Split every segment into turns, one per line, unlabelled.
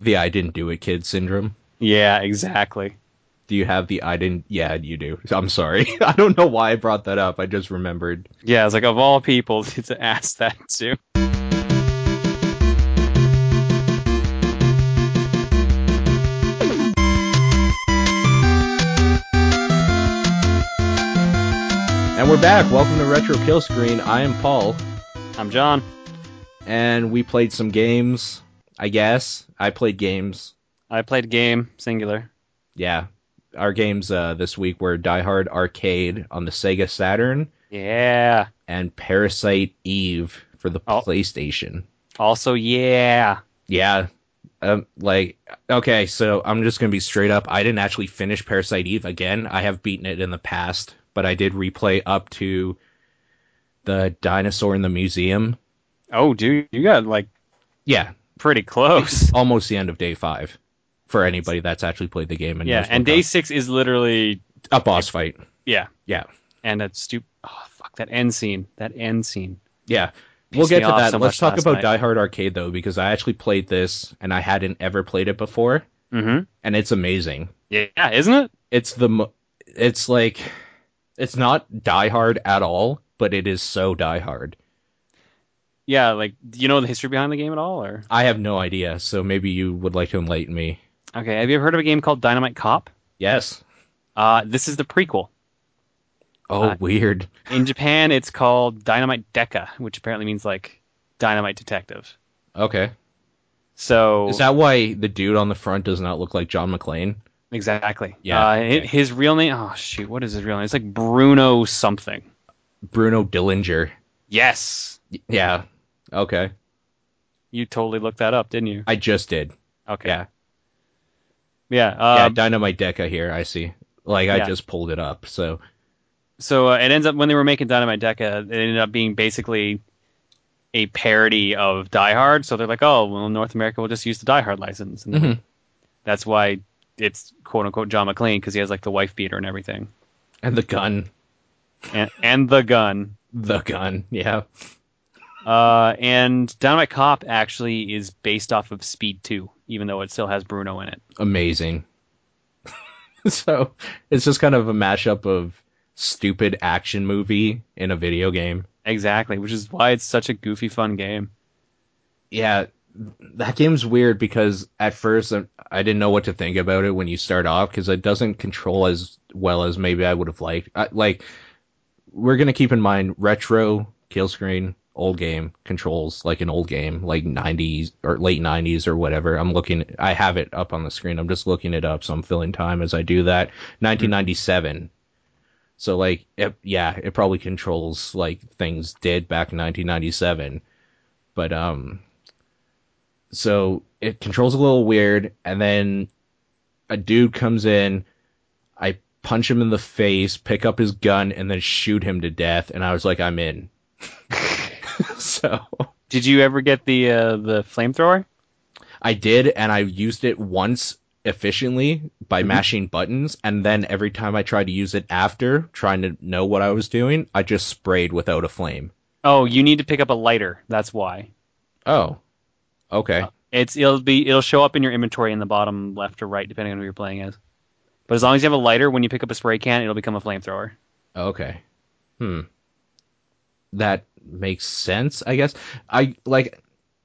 the I didn't do it kid syndrome?
Yeah, exactly.
Do you have the I didn't? Yeah, you do. I'm sorry. I don't know why I brought that up. I just remembered.
Yeah, it's like of all people to ask that to.
And we're back. Welcome to Retro Kill Screen. I am Paul,
I'm John.
and we played some games. I guess I played games.
I played game singular.
Yeah, our games uh, this week were Die Hard Arcade on the Sega Saturn
Yeah.
and Parasite Eve for the
Oh.
PlayStation.
Also, yeah.
Yeah. Um, like okay, so I'm just gonna be straight up. I didn't actually finish Parasite Eve again. I have beaten it in the past, but I did replay up to the dinosaur in the museum.
Oh, dude, you got like
Yeah,
pretty close.
almost the end of day five for anybody that's actually played the game. And
yeah,
knows
and
what
day six is literally
a a boss fight.
yeah,
Yeah,
and that stupid. Oh, fuck that end scene. That end scene.
yeah.
Pissed
we'll get
me
to
off
that.
so
Let's
much
talk
last
about
night.
Die Hard Arcade though, because I actually played this and I hadn't ever played it before,
Mm-hmm.
and it's amazing.
Yeah, isn't it?
it's the mo- it's like it's not Die Hard at all, but it is so Die Hard.
Yeah, like do you know the history behind the game at all, or
I have no idea, so maybe you would like to enlighten me.
okay? Have you ever heard of a game called Dynamite Cop?
Yes.
Uh, this is the prequel.
Oh,
Uh,
weird.
In Japan, it's called Dynamite Deca, which apparently means like Dynamite Detective.
Okay.
So
Is that why the dude on the front does not look like John McClane?
exactly,
Yeah,
Uh,
okay.
hi- His real name. Oh shoot, what is his real name? It's like Bruno something.
Bruno Dillinger.
Yes,
Y- Yeah. Okay.
you totally looked that up, didn't you?
I just did.
Okay.
Yeah.
Yeah.
yeah,
Uh,
Dynamite Deca here, I see. Like I
Yeah.
just pulled it up. So,
So uh, it ends up when they were making Dynamite Deca, it ended up being basically a parody of Die Hard. So they're like, oh, well, North America will just use the Die Hard license, and
Mhm.
that's why it's quote unquote John McClane because he has like the wife beater and everything,
and the gun,
and, and the gun.
the gun. Yeah.
Uh, and Dynamite Cop actually is based off of Speed Two, even though it still has Bruno in it.
amazing. so it's just kind of a mashup of stupid action movie in a video game.
Exactly, which is why it's such a goofy, fun game.
Yeah, that game's weird because at first I- I didn't know what to think about it when you start off because it doesn't control as well as maybe I would have liked. I, like, we're gonna keep in mind retro kill screen old game controls like an old game like 90s or late 90s or whatever i'm looking i have it up on the screen i'm just looking it up so i'm filling time as i do that 1997 so like it, yeah it probably controls like things did back in 1997 but um so it controls a little weird and then a dude comes in i punch him in the face pick up his gun and then shoot him to death and i was like i'm in so
Did you ever get the uh, the flamethrower?
i did and i used it once efficiently by mashing buttons and then every time i tried to use it after trying to know what i was doing i just sprayed without a flame
Oh, you need to pick up a lighter. That's why.
oh okay
It's it'll be it'll show up in your inventory in the bottom left or right depending on who you're playing as. But as long as you have a lighter, when you pick up a spray can, it'll become a flamethrower.
Okay. Hmm. That makes sense, I guess. I like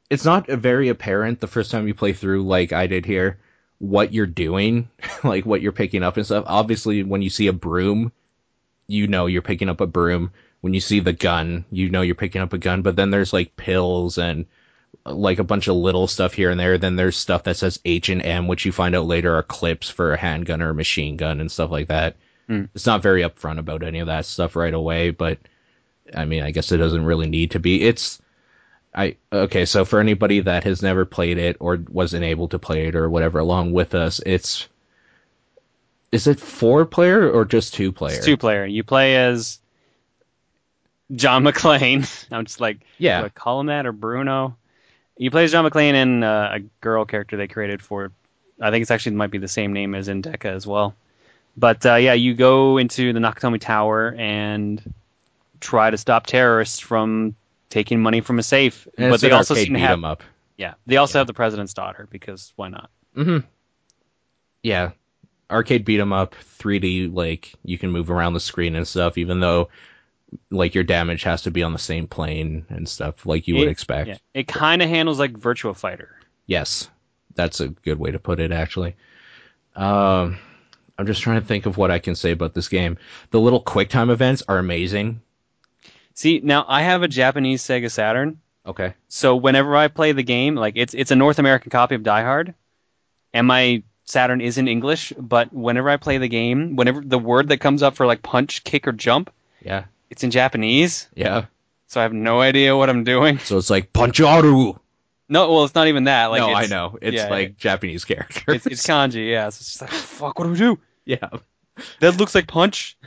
it's not very apparent the first time you play through like I did here what you're doing, like what you're picking up and stuff. Obviously, when you see a broom, you know you're picking up a broom. When you see the gun, you know you're picking up a gun, but then there's like pills and uh, like a bunch of little stuff here and there. Then there's stuff that says H and M, which you find out later are clips for a handgun or a machine gun and stuff like that
Hmm.
it's not very upfront about any of that stuff right away but i mean i guess it doesn't really need to be it's i okay so for anybody that has never played it or wasn't able to play it or whatever along with us it's is it four player or just two player
It's two player. You play as John McClane. I'm just like,
Yeah.
do I call him that or Bruno? You play as John McClane and uh, a girl character they created for. I think it's actually might be the same name as in Deca as well. But uh, yeah, you go into the Nakatomi Tower and try to stop terrorists from taking money from a safe.
and
but
it's
they
an
also
arcade
seem to
beat
have
'em up
Yeah. They also have the president's daughter because why not?
Mm-hmm. Yeah. Arcade beat 'em up, 3D, like you can move around the screen and stuff, even though like your damage has to be on the same plane and stuff, like you would
It-
expect.
Yeah. It kind of handles like Virtua Fighter.
Yes, that's a good way to put it. Actually, um, I'm just trying to think of what I can say about this game. The little QuickTime events are amazing.
See, now I have a Japanese Sega Saturn,
Okay.
so whenever I play the game, like it's it's a North American copy of Die Hard, and my Saturn is in English, but whenever I play the game, whenever the word that comes up for like punch, kick, or jump,
Yeah.
it's in Japanese,
Yeah.
so I have no idea what I'm doing.
So it's like Puncharu.
No, well, it's not even that. Like,
no,
it's,
I know. It's
yeah,
like
yeah.
Japanese characters.
It's, it's kanji, yeah. So it's just like, fuck, what do we do?
yeah.
That looks like punch.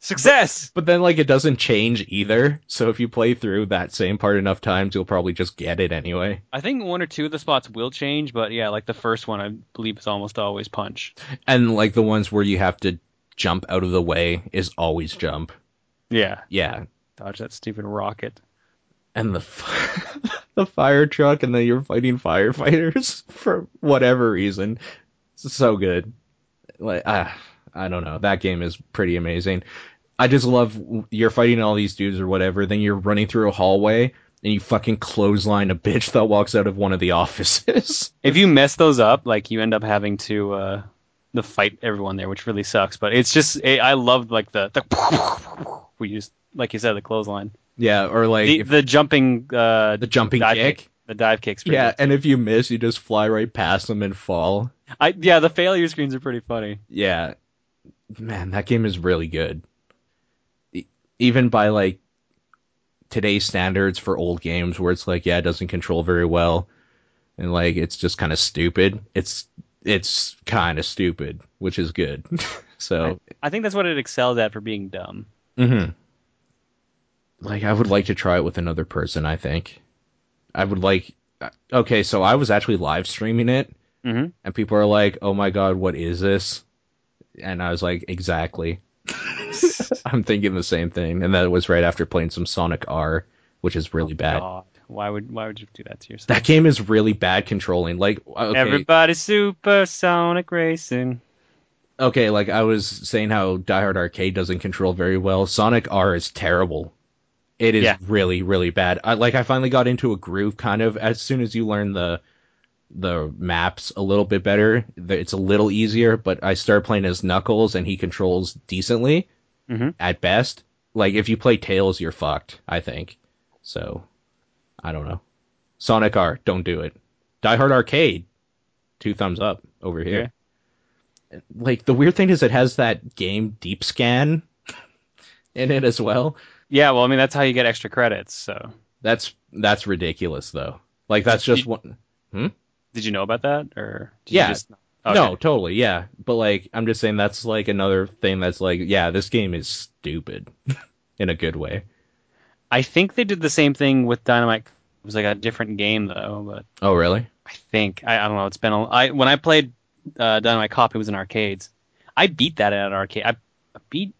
Success.
But then like it doesn't change either. So if you play through that same part enough times, you'll probably just get it anyway.
I think one or two of the spots will change, but yeah, like the first one, I believe is almost always punch.
And like the ones where you have to jump out of the way is always jump.
Yeah,
Yeah.
dodge that stupid rocket.
and the f- the fire truck, and then you're fighting firefighters for whatever reason. It's so good. Like ah, I don't know. That game is pretty amazing. I just love you're fighting all these dudes or whatever. Then you're running through a hallway and you fucking clothesline a bitch that walks out of one of the offices.
If you mess those up, like you end up having to uh, the fight everyone there, which really sucks. But it's just it, I loved like the, the we used like you said the clothesline,
yeah, or like
the,
if-
the jumping, uh,
the jumping
dive
kick.
the dive kicks. pretty
Yeah,
good.
and if you miss, you just fly right past them and fall.
I, yeah, the failure screens are pretty funny.
yeah man that game is really good E- even by like today's standards for old games where it's like yeah it doesn't control very well and like it's just kind of stupid it's it's kind of stupid which is good so
I think that's what it excels at for being dumb.
mhm. like i would like to try it with another person i think i would like okay so i was actually live streaming it
hmm
and people are like, "Oh my god, what is this?" And I was like, "Exactly." I'm thinking the same thing, and that was right after playing some Sonic R, which is really bad.
God, why would why would you do that to yourself?
That game is really bad controlling. Like, okay,
Everybody's supersonic racing.
okay, like I was saying how Die Hard Arcade doesn't control very well. Sonic R is terrible. It is
Yeah.
really, really bad. I, like I finally got into a groove, kind of as soon as you learn the the maps a little bit better. the- It's a little easier, but I started playing as Knuckles, and he controls decently
Mhm.
at best. Like if you play Tails, you're fucked. I think. So, I don't know. Sonic R, don't do it. Die Hard Arcade, two thumbs up over here
Yeah.
like the weird thing is it has that game deep scan in it as well.
Yeah, well, I mean that's how you get extra credits. So,
That's that's ridiculous though. Like that's just
You-
one.
did you know about that, or did
Yeah.
You just, okay.
No, totally, yeah. But like I'm just saying that's like another thing that's like, yeah, this game is stupid in a good way.
I think they did the same thing with Dynamite. It was like a different game though, but
Oh really?
I think I, I don't know. It's been a, I when I played uh, Dynamite Cop, it was in arcades. I beat that at an arcade. I, I beat.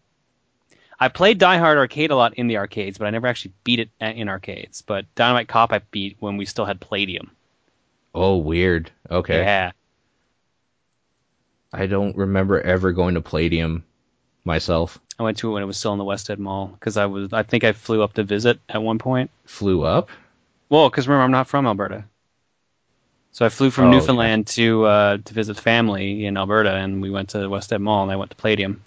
I played Die Hard arcade a lot in the arcades, but I never actually beat it at, in arcades. But Dynamite Cop, I beat when we still had Palladium.
Oh weird. Okay.
Yeah,
I don't remember ever going to Palladium myself.
I went to it when it was still in the West End Mall because I was. I think I flew up to visit at one point.
Flew up.
Well, because remember, I'm not from Alberta, so I flew from
Oh, okay.
Newfoundland to uh, to visit family in Alberta, and we went to the West End Mall, and I went to Palladium.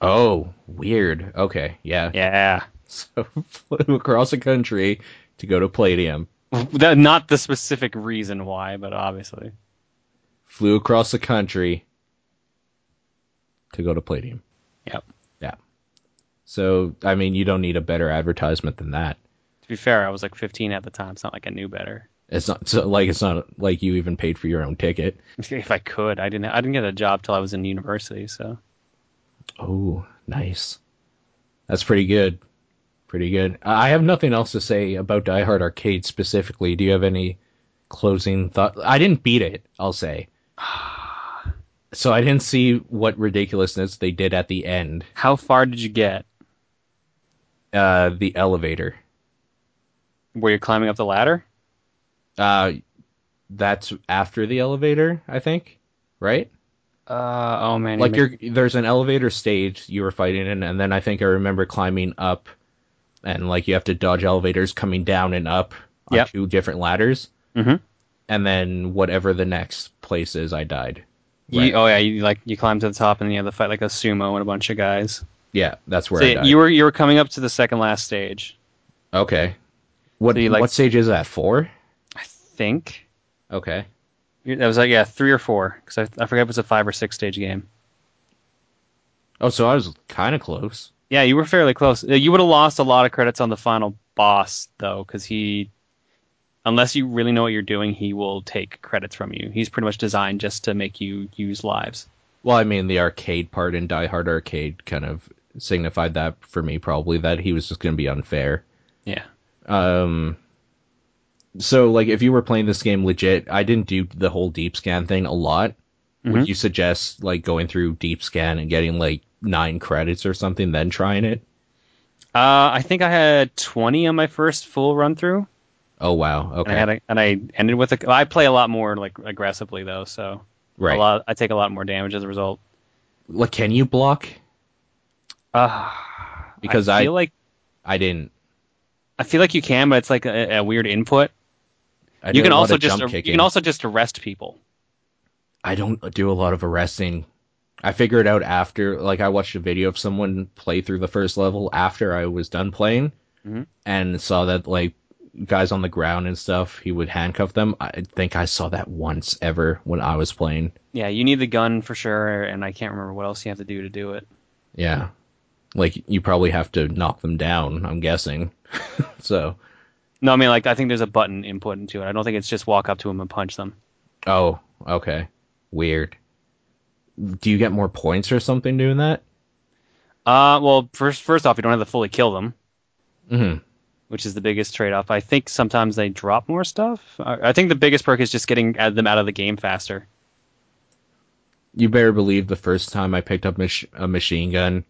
Oh, weird. Okay, yeah.
Yeah.
So flew across the country to go to Palladium.
That- not the specific reason why, but obviously.
flew across the country to go to Palladium.
Yep.
Yeah. So, I mean, you don't need a better advertisement than that.
To be fair, I was like 15 at the time. It's not like I knew better.
It's not so like it's not like you even paid for your own ticket.
If I could, I didn't. I didn't get a job till I was in university. So
Oh, nice. That's pretty good. Pretty good. I I have nothing else to say about Die Hard Arcade specifically. Do you have any closing thought? I didn't beat it, I'll say. So I didn't see what ridiculousness they did at the end.
how far did you get?
Uh, the elevator.
Were you climbing up the ladder?
Uh, that's after the elevator, I think, right?
Uh, oh man,
like
you
you're there's an elevator stage you were fighting in, and then I think I remember climbing up, and like you have to dodge elevators coming down and up on
Yep.
two different ladders,
Mhm.
and then whatever the next place is, I died.
You-
Right.
oh yeah, you like you climb to the top and you have to fight like a sumo and a bunch of guys.
Yeah, that's where
So
I died.
you were you were coming up to the second last stage,
okay, what
So you, like-
what stage is that? Four.
I think.
Okay.
You- That was like yeah, three or four because I, I forget if it was a five or six stage game.
Oh, so I was kind of close.
Yeah, you were fairly close. Uh, You would have lost a lot of credits on the final boss though, because he, unless you really know what you're doing, he will take credits from you. He's pretty much designed just to make you use lives.
Well, I mean, the arcade part in Die Hard Arcade kind of signified that for me, probably that he was just going to be unfair.
Yeah.
Um, so like, if you were playing this game legit, I didn't do the whole deep scan thing a lot.
Mm-hmm.
Would you suggest like going through deep scan and getting like nine credits or something, then trying it?
Uh, I think I had 20 on my first full run through.
Oh wow, okay,
and I had a, and I ended with a. I play a lot more like aggressively though, so
right.
a lot. I take a lot more damage as a result.
Like, can you block?
Uh,
Because
I
I
feel like
I didn't.
I feel like you can, but it's like a, a weird input.
I
you
did
can
a lot
also
of
just
jump
you
kicking.
can also just arrest people.
I don't do a lot of arresting. I figured out after, like, I watched a video of someone play through the first level after I was done playing,
Mhm.
and saw that like guys on the ground and stuff, he would handcuff them. I think I saw that once ever when I was playing.
Yeah, you need the gun for sure, and I can't remember what else you have to do to do it.
Yeah, like you probably have to knock them down. I'm guessing. so,
No, I mean like I think there's a button input into it. I don't think it's just walk up to them and punch them.
oh, okay, weird. Do you get more points or something doing that?
Uh, well, first first off, you don't have to fully kill them.
hmm
which is the biggest trade-off. I think sometimes they drop more stuff. I I think the biggest perk is just getting uh, them out of the game faster.
You better believe the first time I picked up mach- a machine gun,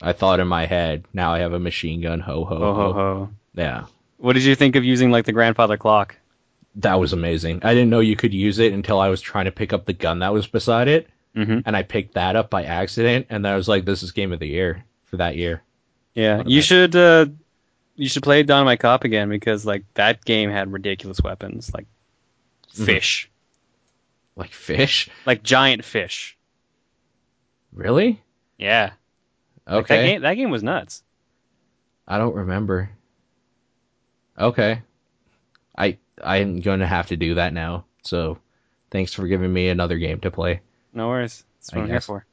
I thought in my head, now I have a machine gun. Ho ho
Ho
Oh, ho.
Oh, ho ho!
Yeah,
What did you think of using like the grandfather clock?
that was amazing. I didn't know you could use it until I was trying to pick up the gun that was beside it,
Mm-hmm.
and I picked that up by accident, and then I was like, "This is game of the year for that year."
Yeah,
What
you
about-
should uh, you should play Dynamite Cop again because like that game had ridiculous weapons like
Mhm.
fish,
Like fish,
like giant fish.
really?
Yeah, Like,
Okay,
that game that game was nuts.
I don't remember. Okay, I I'm going to have to do that now. So, thanks for giving me another game to play.
No worries. That's what
I
I'm here
guess.
for.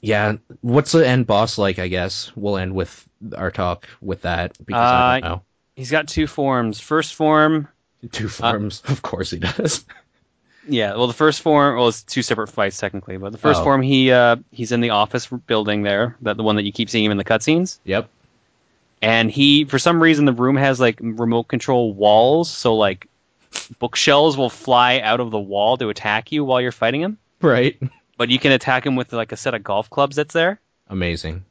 yeah what's the end boss like i guess we'll end with our talk with that because i don't know
He's got two forms. First form,
two forms of course he does
Yeah, well, the first form, well, it's two separate fights technically, but the first
Oh.
form, he uh, he's in the office building there, that the one that you keep seeing him in the cutscenes,
yep
and he, for some reason, the room has like remote control walls, so like bookshelves will fly out of the wall to attack you while you're fighting him,
right
but you can attack him with like a set of golf clubs that's there.
amazing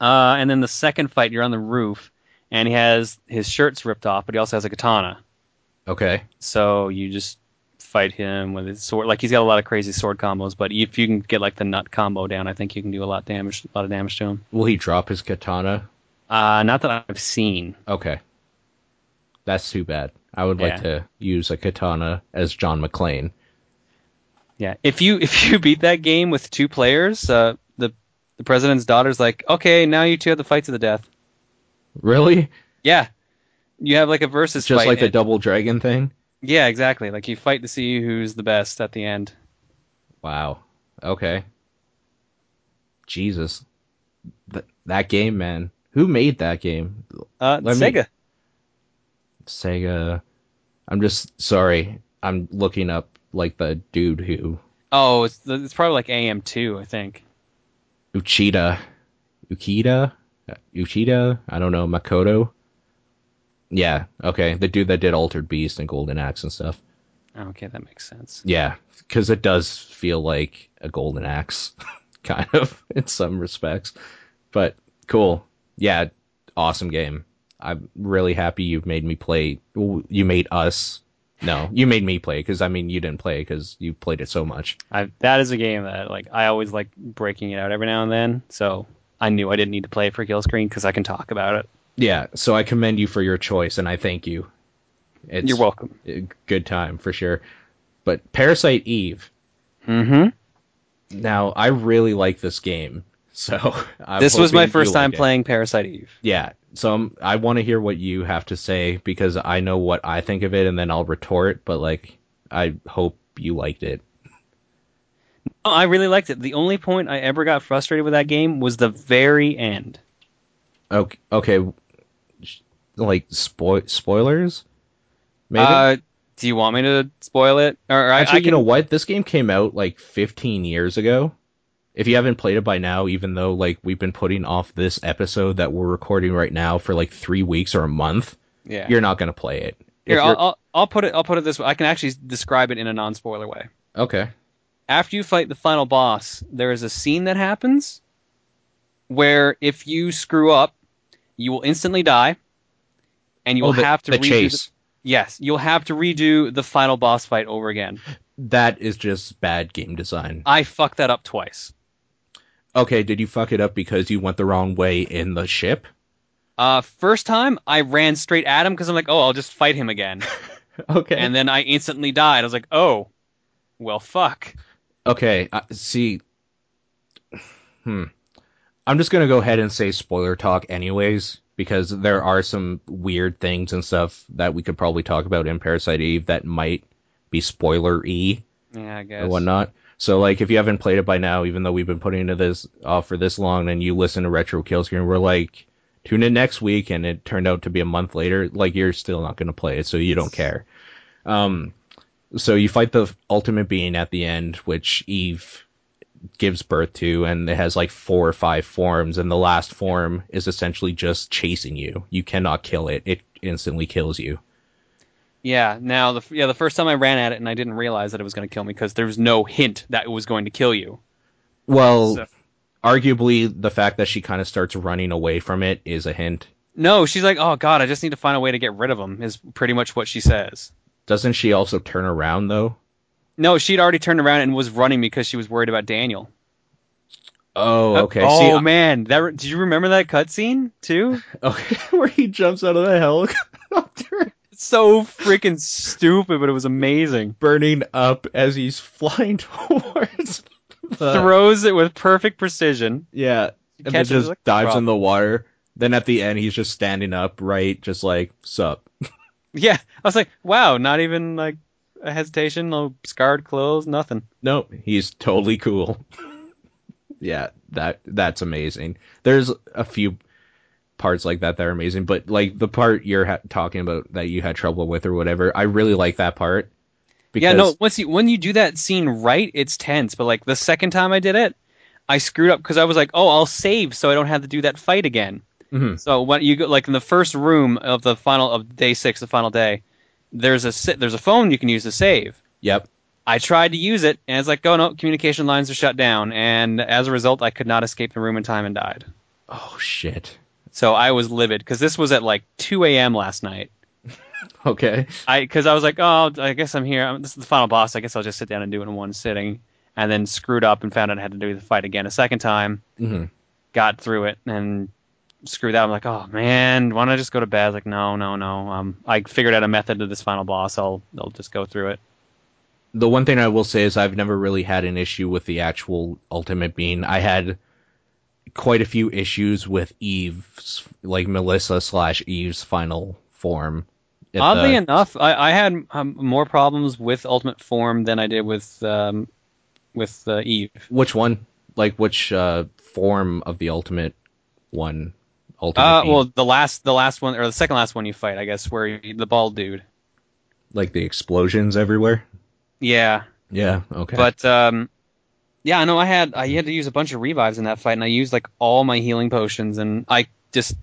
Uh, and then the second fight, you're on the roof, and he has his shirt's ripped off, but he also has a katana,
okay
so you just fight him with his sword. Like he's got a lot of crazy sword combos, but if you can get like the nut combo down, I think you can do a lot damage, a lot of damage to him.
will he drop his katana
Uh, not that I've seen.
okay that's too bad i would like
Yeah.
to use a katana as john mcclane
Yeah, if you if you beat that game with two players, uh, the the president's daughter's like, okay, now you two have the fight to the death.
really
Yeah, you have like a versus
just
fight.
like the
and-
double dragon thing
yeah, exactly. Like you fight to see who's the best at the end.
wow okay jesus Th- that game man who made that game
Uh,
Let me-
Sega.
Sega. I'm just sorry. I'm looking up like the dude who
Oh, it's it's probably like AM two, I think.
Uchida, Ukida, Uchida. I don't know Makoto. Yeah. Okay. The dude that did Altered Beast and Golden Axe and stuff.
Oh, Okay, that makes sense.
Yeah, because it does feel like a Golden Axe, kind of in some respects. But cool. Yeah, awesome game. I'm really happy you've made me play. You made us. No, you made me play because I mean you didn't play because you played it so much.
I, that is a game that like I always like breaking it out every now and then. So I knew I didn't need to play it for kill screen because I can talk about it.
Yeah, so I commend you for your choice and I thank you. It's
You're welcome.
a good time for sure. But Parasite Eve.
Mm-hmm.
Now I really like this game, so I'm
This was my
hoping you
first time
like it.
playing Parasite Eve.
Yeah, so I'm, I want to hear what you have to say because I know what I think of it and then I'll retort. But like, I hope you liked it.
Oh, I really liked it. The only point I ever got frustrated with that game was the very end.
Okay, okay. sh- Like spoil spoilers. Maybe.
Uh, do you want me to spoil it? Or I,
Actually,
I
you
can-
know what? This game came out like 15 years ago. If you haven't played it by now, even though like we've been putting off this episode that we're recording right now for like three weeks or a month,
yeah.
you're not gonna play it. If
Here, I'll,
you're-
I'll, I'll put it. I'll put it this way. I can actually describe it in a non-spoiler way.
okay.
After you fight the final boss, there is a scene that happens where if you screw up, you will instantly die, and you will
Oh, the-
have to
the
redo
chase.
The, yes, you'll have to redo the final boss fight over again.
That is just bad game design.
I fucked that up twice.
Okay, did you fuck it up because you went the wrong way in the ship?
Uh, first time I ran straight at him because I'm like, oh, I'll just fight him again,
Okay.
and then I instantly died. I was like, oh, well, fuck.
Okay, uh, see. Hmm. I'm just going to go ahead and say spoiler talk, anyways, because there are some weird things and stuff that we could probably talk about in Parasite Eve that might be spoiler y
Yeah, I guess.
and whatnot. So, like, if you haven't played it by now, even though we've been putting into this off for this long, and you listen to Retro Killscreen, we're like, tune in next week, and it turned out to be a month later. Like, you're still not going to play it, so you don't care. Um, so you fight the ultimate being at the end, which Eve gives birth to, and it has like four or five forms, and the last form is essentially just chasing you. You cannot kill it; it instantly kills you.
Yeah. Now, the yeah, the first time I ran at it and I didn't realize that it was going to kill me because there was no hint that it was going to kill you.
Well.
So-
Arguably, the fact that she kind of starts running away from it is a hint.
No, she's like, oh god, I just need to find a way to get rid of him. Is pretty much what she says.
Doesn't she also turn around though?
No, she'd already turned around and was running because she was worried about Daniel.
Oh, okay.
Oh
See,
man, that re- do you remember that cutscene too?
okay, where he jumps out of the helicopter,
It's so freaking stupid, but it was amazing.
burning up as he's flying towards. The,
Throws it with perfect precision.
yeah, and then
Catches it
just
like a
dives
frog.
in the water. Then at the end, he's just standing up, right, just like sup.
Yeah, I was like, wow, not even like a hesitation, no scarred clothes, nothing.
Nope, he's totally cool. yeah, that that's amazing. There's a few parts like that that are amazing, but like the part you're ha- talking about that you had trouble with or whatever, I really like that part. Because
Yeah, no. Once you when you do that scene right, it's tense. But like the second time I did it, I screwed up because I was like, "Oh, I'll save so I don't have to do that fight again."
Mhm.
So when you go like in the first room of the final of day six, the final day, there's a si- there's a phone you can use to save.
Yep.
I tried to use it, and it's like, "Oh no, communication lines are shut down," and as a result, I could not escape the room in time and died.
Oh shit.
So I was livid because this was at like 2 a.m. last night.
Okay.
I because I was like, oh, I guess I'm here. i this is the final boss. I guess I'll just sit down and do it in one sitting. And then screwed up and found out I had to do the fight again a second time.
Mhm.
Got through it and screwed that. I'm like, oh man, why don't I just go to bed? I was like, no, no, no. Um, I figured out a method to this final boss. I'll I'll just go through it.
The one thing I will say is I've never really had an issue with the actual ultimate being. I had quite a few issues with Eve's, like Melissa slash Eve's final form. at
Oddly
the-
enough, I, I had um, more problems with Ultimate Form than I did with um, with uh, Eve.
which one? Like which uh, form of the ultimate one? Ultimate.
Uh,
being?
well, the last the last one or the second last one you fight, I guess, where you, the bald dude.
like the explosions everywhere.
Yeah.
Yeah. Okay.
But um, yeah, I know I had I had to use a bunch of revives in that fight, and I used like all my healing potions, and I just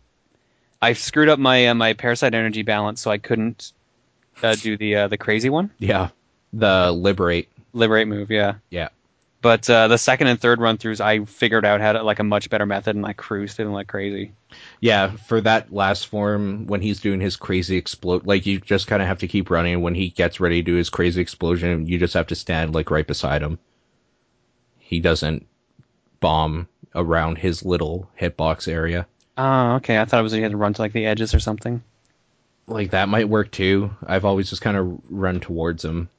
I screwed up my uh, my parasite energy balance, so I couldn't uh, do the uh, the crazy one
yeah, the liberate.
liberate move. Yeah,
Yeah.
But uh, the second and third run throughs, I figured out how to like a much better method, and I cruised it and like crazy.
Yeah, for that last form, when he's doing his crazy explode, like you just kind of have to keep running. When he gets ready to do his crazy explosion, you just have to stand like right beside him. He doesn't bomb around his little hitbox area.
Oh, okay. I thought it was you had to run to like the edges or something.
Like that might work too. I've always just kind of run towards him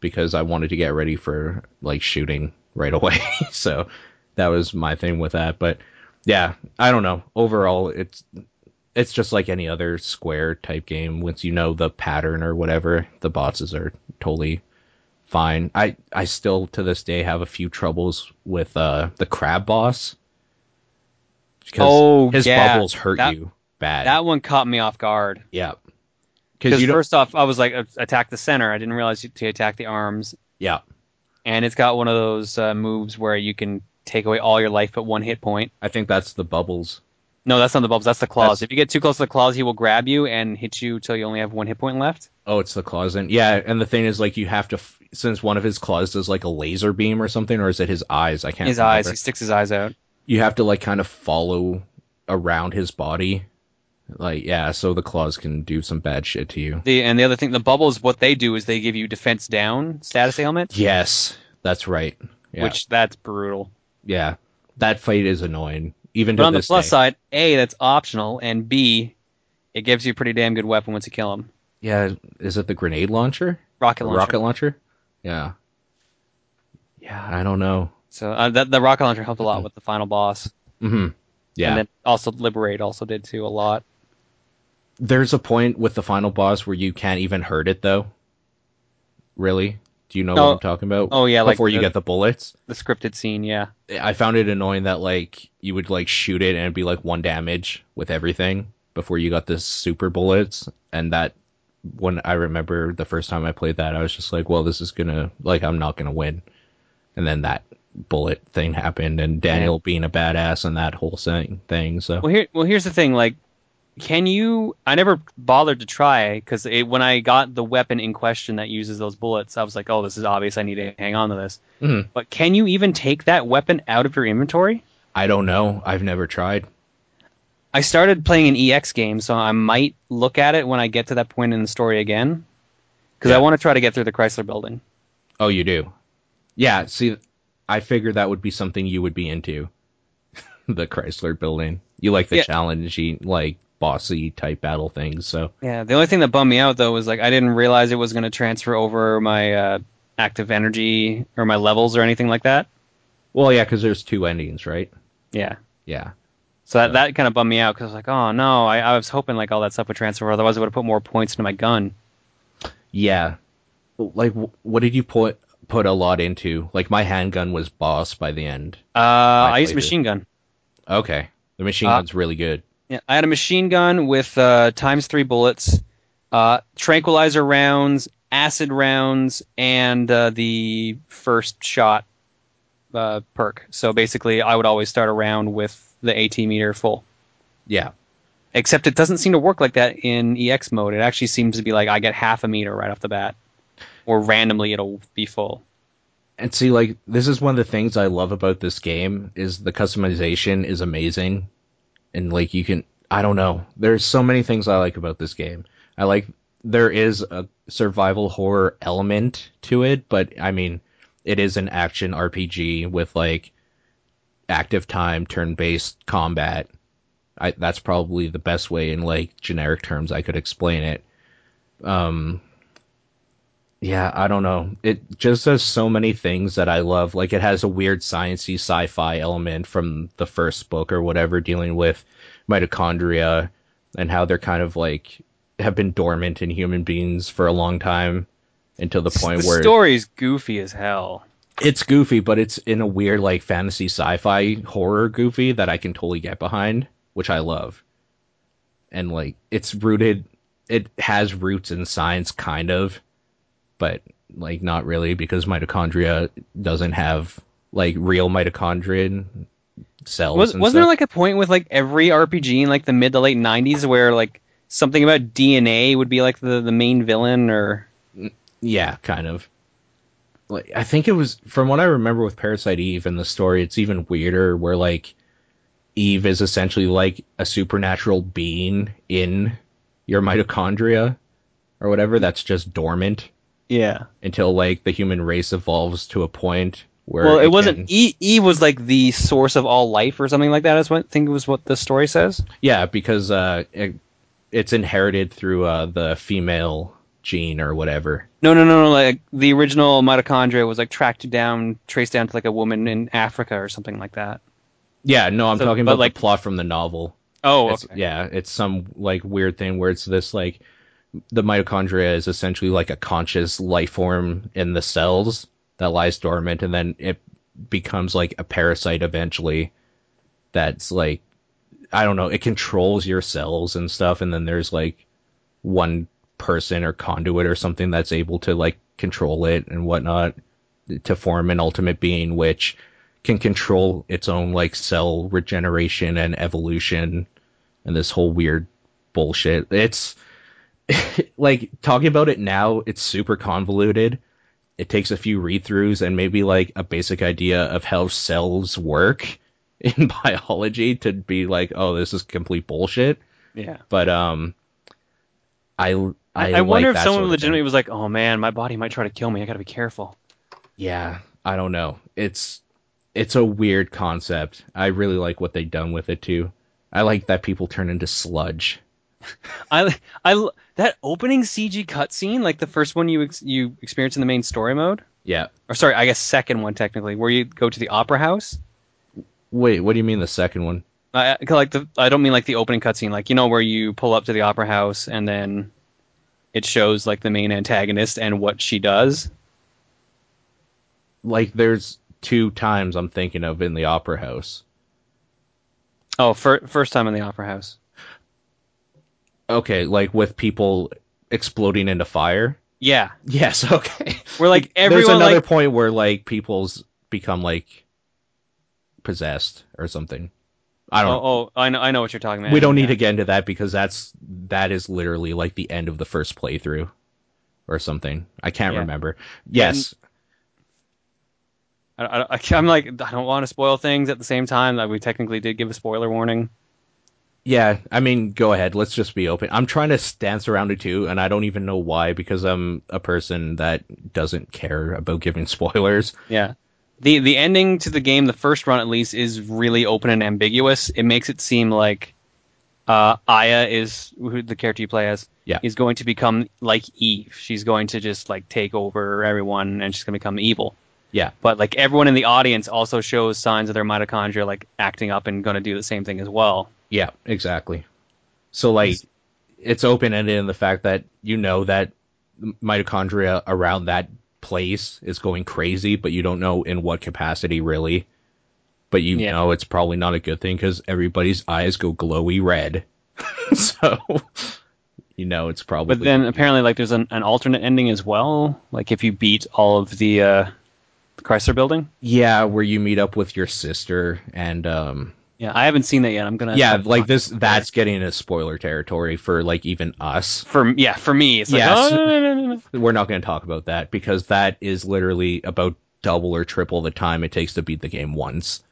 because I wanted to get ready for like shooting right away. so that was my thing with that. But yeah, I don't know. Overall, it's it's just like any other square type game. Once you know the pattern or whatever, the bosses are totally fine. I I still to this day have a few troubles with uh the crab boss. Because
Oh,
his
yeah.
bubbles hurt
That-
you bad.
That one caught me off guard.
yeah. Because
Because
you don't,
first off, I was like, "A- attack the center. I didn't realize you, to attack the arms.
yeah.
And it's got one of those uh, moves where you can take away all your life but one hit point.
I think that's the bubbles.
No, that's not the bulbs. That's the claws.
That's-
If you get too close to the claws, he will grab you and hit you till you only have one hit point left.
Oh, it's the claws. And yeah, and the thing is, like, you have to f- since one of his claws does like a laser beam or something, or is it his eyes? I can't.
his eyes.
remember.
He sticks his eyes out.
You have to like kind of follow around his body, like yeah. So the claws can do some bad shit to you.
The and the other thing, the bubbles. What they do is they give you defense down status ailment,
Yes, that's right. Yeah,
which that's brutal.
yeah, that fight is annoying. Even
But
to
on the
this
plus
day.
side, a that's optional, and b it gives you a pretty damn good weapon once you kill him.
yeah, is it the grenade launcher?
Rocket
The
launcher.
Rocket launcher? Yeah, yeah. I don't know.
So uh, that, the rocket launcher helped a
Mm-hmm.
lot with the final boss.
hmm Yeah.
And then also liberate also did too a lot.
there's a point with the final boss where you can't even hurt it though. Really? Do you know
Oh.
what I'm talking about?
Oh, yeah, like
before you
the-
get the bullets.
The scripted scene, yeah.
I found it annoying that like you would like shoot it and it'd be like one damage with everything before you got the super bullets and that when I remember the first time I played that I was just like, well, this is gonna like I'm not gonna win. And then that bullet thing happened and Daniel being a badass and that whole thing thing. So
Well, here, well, here's the thing. Like, can you? I never bothered to try because when I got the weapon in question that uses those bullets, I was like, "Oh, this is obvious. I need to hang on to this."
Mhm.
But can you even take that weapon out of your inventory?
I don't know. I've never tried.
I started playing an EX game, so I might look at it when I get to that point in the story again, because
Yeah.
I want to try to get through the Chrysler Building.
Oh, you do? Yeah, see, I figured that would be something you would be into. the Chrysler building. You like the
Yeah.
challenging, like, bossy type battle things, so.
Yeah. The only thing that bummed me out though was like I didn't realize it was going to transfer over my uh, active energy or my levels or anything like that.
Well, yeah, because there's two endings, right?
Yeah.
Yeah.
So that, that kind of bummed me out because I was like, oh no, I, I was hoping like all that stuff would transfer. Otherwise, I would have put more points into my gun.
Yeah. Like, wh- what did you put put a lot into? Like, my handgun was boss by the end.
Uh, I used
played it.
machine gun.
Okay. The machine
Uh,
gun's really good.
Yeah, I had a machine gun with uh, times three bullets, uh, tranquilizer rounds, acid rounds, and uh, the first shot uh, perk. So basically, I would always start a round with the AT meter full.
Yeah.
Except it doesn't seem to work like that in EX mode. It actually seems to be like I get half a meter right off the bat, or randomly it'll be full.
and see like this is one of the things i love about this game is the customization is amazing and like you can i don't know there's so many things i like about this game i like there is a survival horror element to it but i mean it is an action rpg with like active time turn-based combat I, that's probably the best way in like generic terms i could explain it Um, yeah, I don't know. It just does so many things that I love. Like it has a weird sciencey sci-fi element from the first book or whatever, dealing with mitochondria and how they're kind of like have been dormant in human beings for a long time until the point
the
where
story's goofy as hell.
it's goofy, but it's in a weird like fantasy sci-fi horror goofy that I can totally get behind, which I love. And like it's rooted it has roots in science kind of, but like not really because mitochondria doesn't have like real mitochondrion cells.
Was,
and
wasn't there
stuff.
like a point with like every RPG in like the mid to late '90s where like something about DNA would be like the, the main villain or
Yeah, kind of. like I think it was from what I remember with Parasite Eve and the story, it's even weirder where like Eve is essentially like a supernatural being in your mitochondria or whatever that's just dormant
Yeah.
until like the human race evolves to a point where
Well, it
can-
wasn't. E, e was like the source of all life or something like that. Is what I think was what the story says.
yeah because uh it, it's inherited through uh the female gene or whatever
No, no, no, no. Like the original mitochondria was like tracked down, traced down to like a woman in Africa or something like that.
yeah no i'm
So-
talking
but,
about
like-
the plot from the novel
Oh,
It's-
okay.
yeah it's some like weird thing where it's this like the mitochondria is essentially like a conscious life form in the cells that lies dormant and then it becomes like a parasite eventually that's like i don't know it controls your cells and stuff and then there's like one person or conduit or something that's able to like control it and whatnot to form an ultimate being which can control its own like cell regeneration and evolution and this whole weird bullshit. It's like talking about it now, it's super convoluted. It takes a few read throughs and maybe like a basic idea of how cells work in biology to be like, oh, this is complete bullshit.
Yeah.
But um, I I,
I, I
like
wonder if
that sort
someone
of thing.
legitimately was like, "Oh man, my body might try to kill me. I gotta be careful."
yeah, I don't know. It's it's a weird concept. I really like what they've done with it too. I like that people turn into sludge.
I, I, that opening CG cutscene, like the first one you ex- you experience in the main story mode,
Yeah.
or sorry, I guess second one technically, where you go to the opera house.
Wait, what do you mean the second one?
I I- like the. I don't mean like the opening cutscene, like you know where you pull up to the opera house and then it shows like the main antagonist and what she does.
like there's two times I'm thinking of in the opera house.
Oh, fir- first time in the opera house.
Okay, like with people exploding into fire.
Yeah,
Yes, okay.
where like
there's
everyone
another
like
point where like people's become like possessed or something. I don't know.
oh, oh I know I know what you're talking about.
we don't need
Yeah.
to get into that because that's that is literally like the end of the first playthrough or something. I can't
Yeah.
remember. Yes.
I, I, I- I'm like I don't want to spoil things at the same time. Like we technically did give a spoiler warning.
Yeah, I mean, go ahead. Let's just be open. I'm trying to dance around it too, and I don't even know why because I'm a person that doesn't care about giving spoilers.
Yeah. The the ending to the game, the first run at least, is really open and ambiguous. It makes it seem like uh, Aya is who the character you play as.
Yeah.
Is going to become like Eve. She's going to just like take over everyone, and she's going to become evil.
Yeah.
But like everyone in the audience also shows signs of their mitochondria like acting up and going to do the same thing as well.
Yeah, exactly. So like, it's open ended in the fact that you know that mitochondria around that place is going crazy, but you don't know in what capacity really. But you
Yeah.
know it's probably not a good thing because everybody's eyes go glowy red. so you know it's probably
But then apparently, like, there's an, an alternate ending as well. Like, if you beat all of the uh, Chrysler building.
Yeah, where you meet up with your sister and um
Yeah, I haven't seen that yet. I'm gonna.
yeah,
I'm
like
not-
this that's getting into spoiler territory for like even us.
for yeah for me. It's
Yes.
like oh, no, no, no, no, no.
We're not going to talk about that because that is literally about double or triple the time it takes to beat the game once.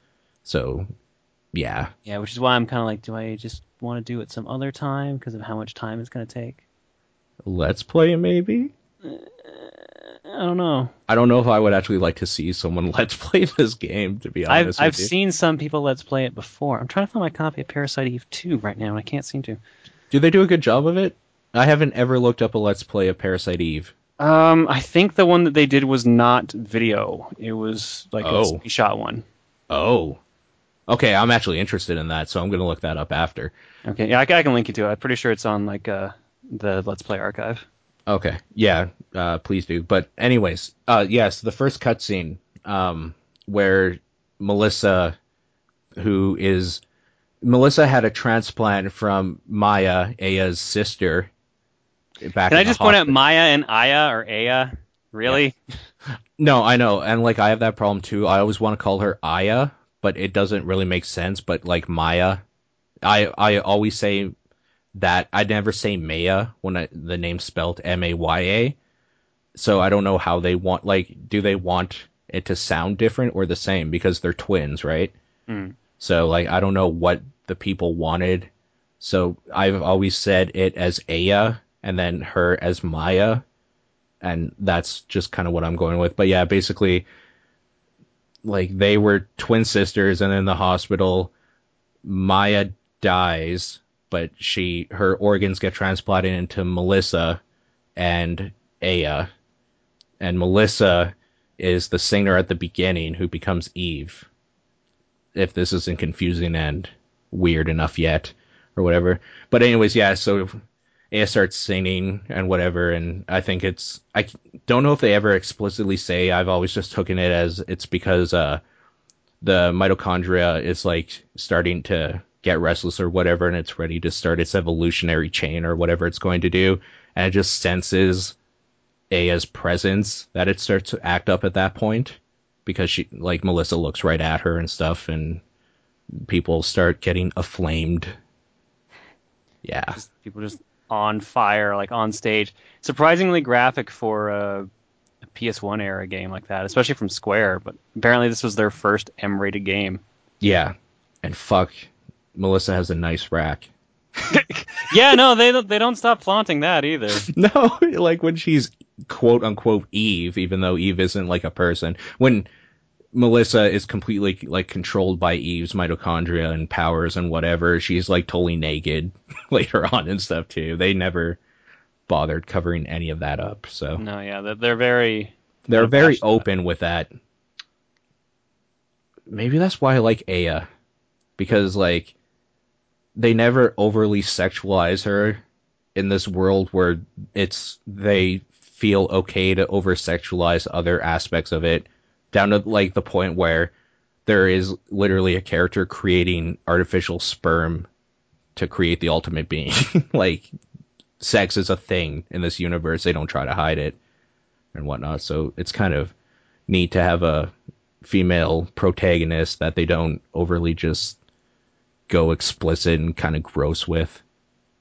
So, yeah.
yeah, which is why I'm kind of like, do I just want to do it some other time because of how much time it's gonna take?
Let's play it maybe.
I don't know.
I don't know if I would actually like to see someone let's play this game to be
I've
honest
I've
with you.
seen some people let's play it before. I'm trying to find my copy of Parasite Eve 2 right now, and I can't seem to.
Do they do a good job of it? I haven't ever looked up a let's play of Parasite Eve.
Um, I think the one that they did was not video. It was like
Oh.
a speed shot one.
Oh. Okay, I'm actually interested in that, so I'm going to look that up after.
Okay, yeah, I, ca- I can link you to it. I'm pretty sure it's on like uh, the Let's Play archive.
Okay. Yeah. Uh, please do. But anyways, uh, yes, the first cutscene um, where Melissa, who is Melissa, had a transplant from Maya, Aya's sister. Back. in
Can I
the
just point out
hospital.
Maya and Aya or Aya? Really?
No, I know, and like I have that problem too. I always want to call her Aya, but it doesn't really make sense. But like Maya, I I always say that I never say Maya when I, the name's spelled M A Y A, So I don't know how they want like do they want it to sound different or the same because they're twins, right?
Mm.
So like I don't know what the people wanted. So I've always said it as Aya and then her as Maya and that's just kind of what I'm going with. But yeah, basically like they were twin sisters and in the hospital Maya dies, but she her organs get transplanted into Melissa and Aya. And Melissa is the singer at the beginning who becomes Eve. If this isn't confusing and weird enough yet, or whatever. But anyways, yeah. So Aya starts singing and whatever, and I think it's I don't know if they ever explicitly say. I've always just taken it as it's because uh, the mitochondria is like starting to get restless or whatever, and it's ready to start its evolutionary chain or whatever it's going to do, and it just senses Aya's presence that it starts to act up at that point because she like Melissa looks right at her and stuff and people start getting aflamed. Yeah.
Just, people just on fire, like on stage. Surprisingly graphic for a, a PS1 era game like that, especially from Square. But apparently, this was their first M-rated game.
Yeah. And fuck Melissa has a nice rack.
yeah, no, they don't- they don't stop flaunting that either.
No, like when she's quote unquote Eve, even though Eve isn't like a person. When Melissa is completely like controlled by Eve's mitochondria and powers and whatever, she's like totally naked later on and stuff too. They never bothered covering any of that up, so
No, yeah, they're, they're very
they're
I've
very
watched that.
open with that. Maybe that's why I like Aya, because like they never overly sexualize her in this world where it's they feel okay to over sexualize other aspects of it, down to like the point where there is literally a character creating artificial sperm to create the ultimate being. like sex is a thing in this universe; they don't try to hide it and whatnot. So it's kind of neat to have a female protagonist that they don't overly just go explicit and kind of gross with.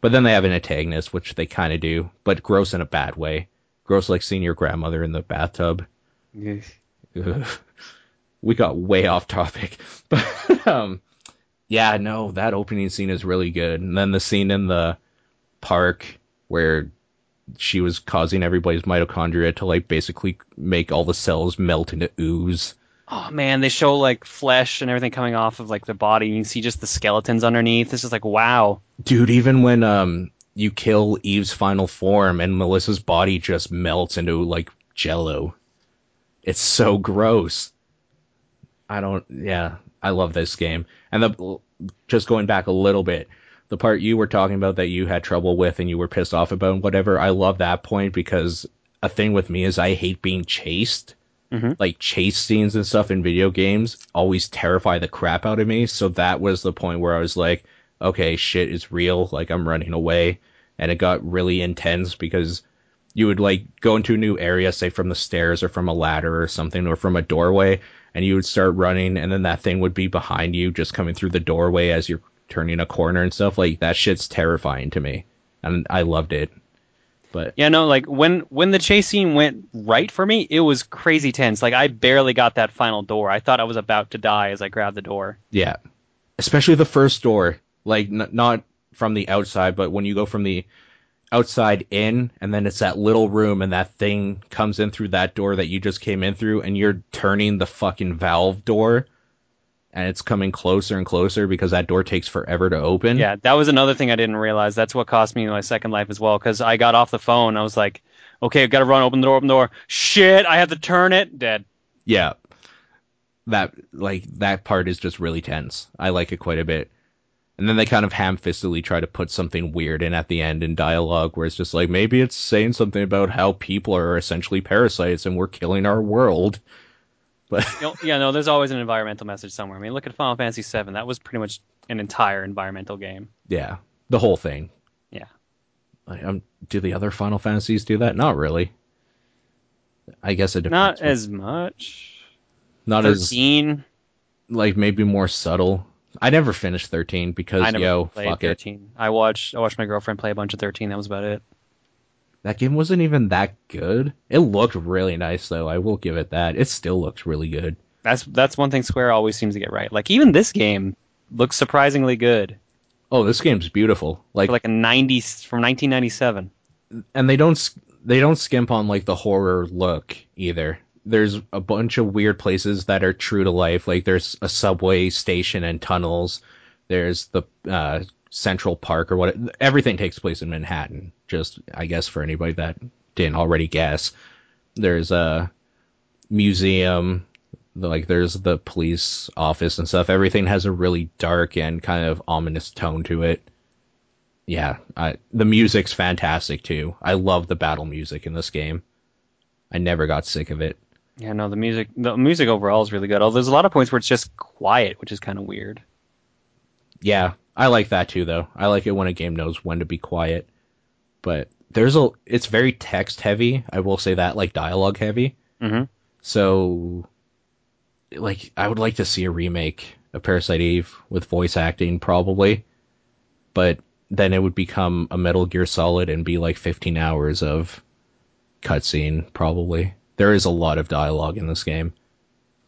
But then they have an antagonist, which they kind of do, but gross in a bad way. Gross like seeing your grandmother in the bathtub. Ugh. We got way off topic. But um, yeah, no, that opening scene is really good. And then the scene in the park where she was causing everybody's mitochondria to like basically make all the cells melt into ooze.
Oh man, they show like flesh and everything coming off of like their body. You can see just the skeletons underneath. This is like wow.
Dude, even when um you kill Eve's final form and Melissa's body just melts into like jello. It's so gross. I don't yeah, I love this game. And the just going back a little bit, the part you were talking about that you had trouble with and you were pissed off about and whatever, I love that point because a thing with me is I hate being chased.
Mhm.
Like chase scenes and stuff in video games always terrify the crap out of me. So that was the point where I was like, okay, shit is real. Like I'm running away. And it got really intense because you would like go into a new area, say from the stairs or from a ladder or something or from a doorway, and you would start running, and then that thing would be behind you, just coming through the doorway as you're turning a corner and stuff. Like that shit's terrifying to me, and I loved it. But
Yeah, no, like when when the chase scene went right for me, it was crazy tense. Like I barely got that final door. I thought I was about to die as I grabbed the door.
yeah, especially the first door, like n- not from the outside, but when you go from the outside in, and then it's that little room, and that thing comes in through that door that you just came in through, and you're turning the fucking valve door. And it's coming closer and closer because that door takes forever to open.
Yeah, that was another thing I didn't realize. That's what cost me my second life as well. Because I got off the phone, I was like, okay, I've got to run, open the door, open the door. Shit, I have to turn it. Dead.
yeah that like that part is just really tense i like it quite a bit and then they kind of ham-fistedly try to put something weird in at the end in dialogue where it's just like maybe it's saying something about how people are essentially parasites and we're killing our world but
You know- yeah, no, there's always an environmental message somewhere. I mean, look at Final Fantasy VII. That was pretty much an entire environmental game.
yeah the whole thing
Yeah.
I, i do the other final fantasies do that not really i guess it depends
Not as much.
not as
13.
like maybe more subtle i never finished 13 because
I never
yo
played
fuck it
13. I watched I watched my girlfriend play a bunch of 13. That was about it.
That game wasn't even that good. It looked really nice though. I will give it that. It still looks really good.
That's that's one thing Square always seems to get right. Like even this game looks surprisingly good.
Oh, this game's beautiful. Like,
Like like a 90s from 1997.
and they don't s- they don't skimp on like the horror look either. There's a bunch of weird places that are true to life. Like there's a subway station and tunnels. There's the uh, Central Park or what. Everything takes place in Manhattan. Just I guess for anybody that didn't already guess, there's a museum. Like there's the police office and stuff. Everything has a really dark and kind of ominous tone to it yeah, I, the music's fantastic too. I love the battle music in this game. I never got sick of it.
Yeah, no, the music the music overall is really good. Although there's a lot of points where it's just quiet, which is kind of weird.
Yeah, I like that too though. I like it when a game knows when to be quiet. But there's a it's very text heavy. I will say that like dialogue heavy.
Mhm.
So like I would like to see a remake of Parasite Eve with voice acting probably. But then it would become a Metal Gear Solid and be like 15 hours of cutscene probably. There is a lot of dialogue in this game.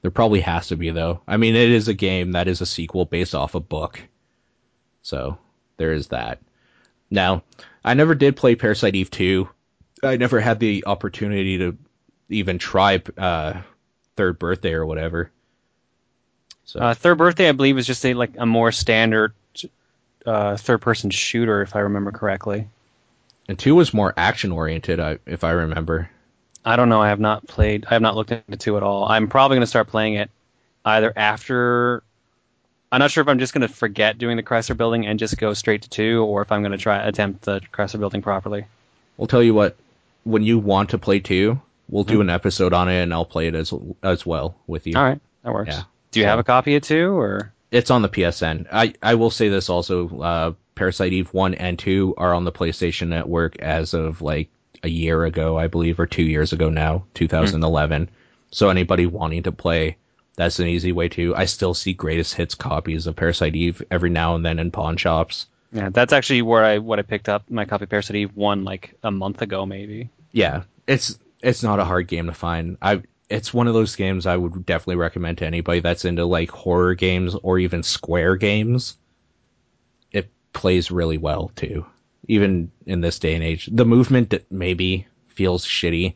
There probably has to be though. I mean, it is a game that is a sequel based off a book. So, there is that. Now, I never did play Parasite Eve 2. I never had the opportunity to even try uh third birthday or whatever. So,
Uh, third birthday, I believe, is just a like a more standard uh, third person shooter, if I remember correctly.
and 2 was more action oriented I if I remember.
I don't know. I have not played. I have not looked into two at all. I'm probably going to start playing it either after. I'm not sure if I'm just going to forget doing the Chrysler building and just go straight to two, or if I'm going to try attempt the Chrysler building properly.
We'll tell you what, when you want to play 2, we'll do an episode on it and I'll play it as as well with you.
Mm-hmm. All right, that works.
Yeah.
Do you have a copy of two, or
it's on the PSN. I, I will say this also. Uh, Parasite Eve one and two are on the PlayStation Network as of like a year ago, I believe, or two years ago now, 2011. So anybody wanting to play, that's an easy way to. I still see greatest hits copies of Parasite Eve every now and then in pawn shops.
yeah, that's actually where I what I picked up my copy of Parasite Eve one like a month ago, maybe.
Yeah, it's it's not a hard game to find. I it's one of those games I would definitely recommend to anybody that's into like horror games or even square games. It plays really well too, even in this day and age. The movement d- maybe feels shitty.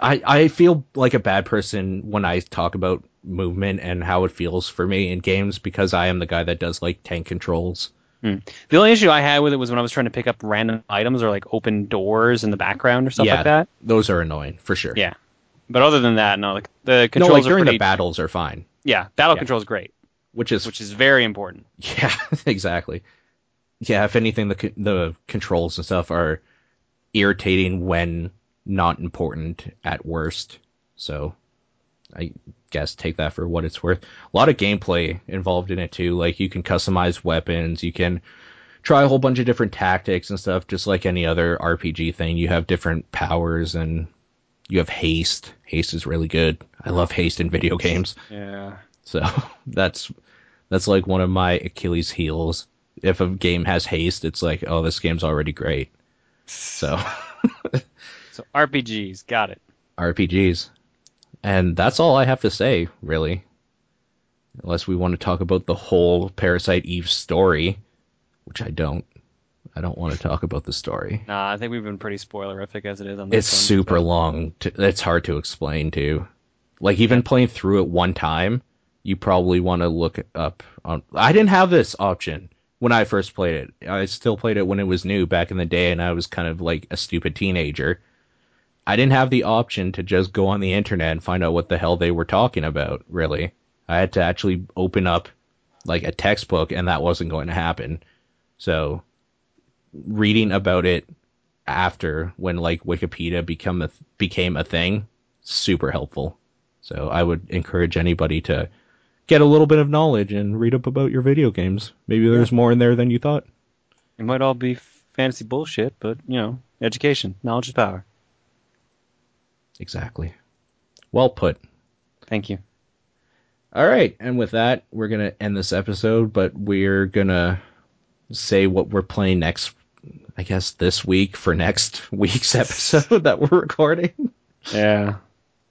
I I feel like a bad person when I talk about movement and how it feels for me in games because I am the guy that does like tank controls.
The only issue I had with it was when I was trying to pick up random items or like open doors in the background or stuff
yeah,
like that.
those are annoying for sure.
Yeah. But other than that, no, like the
no,
controls
like
are
during
pretty,
the battles are fine,
Yeah, battle
Yeah.
control is great,
which is
which is very important.
Yeah, exactly. Yeah, if anything, the c- the controls and stuff are irritating when not important at worst. So, I guess take that for what it's worth. A lot of gameplay involved in it too. Like you can customize weapons, you can try a whole bunch of different tactics and stuff. Just like any other RPG thing, you have different powers and you have haste. Haste is really good. I love haste in video games.
Yeah.
So that's that's like one of my Achilles heels. If a game has haste, it's like, oh, this game's already great. So
So RPGs, got it.
RPGs. And that's all I have to say, really. Unless we want to talk about the whole Parasite Eve story, which I don't. I don't want to talk about the story.
Nah, I think we've been pretty spoilerific as it is on this.
It's
one,
super
so-
long. To, it's hard to explain too. Like even playing through it one time, you probably want to look it up on. I didn't have this option when I first played it. I still played it when it was new back in the day, and I was kind of like a stupid teenager. I didn't have the option to just go on the internet and find out what the hell they were talking about. Really, I had to actually open up like a textbook, and that wasn't going to happen. So, reading about it after when like Wikipedia become a, became a thing, super helpful. So I would encourage anybody to get a little bit of knowledge and read up about your video games. Maybe there's more in there than you thought.
It might all be fantasy bullshit, but you know, education, knowledge is power.
Exactly. Well put.
Thank you.
All right, and with that, we're gonna end this episode, but we're gonna say what we're playing next I guess this week for next week's episode that we're recording. Uh,
Yeah.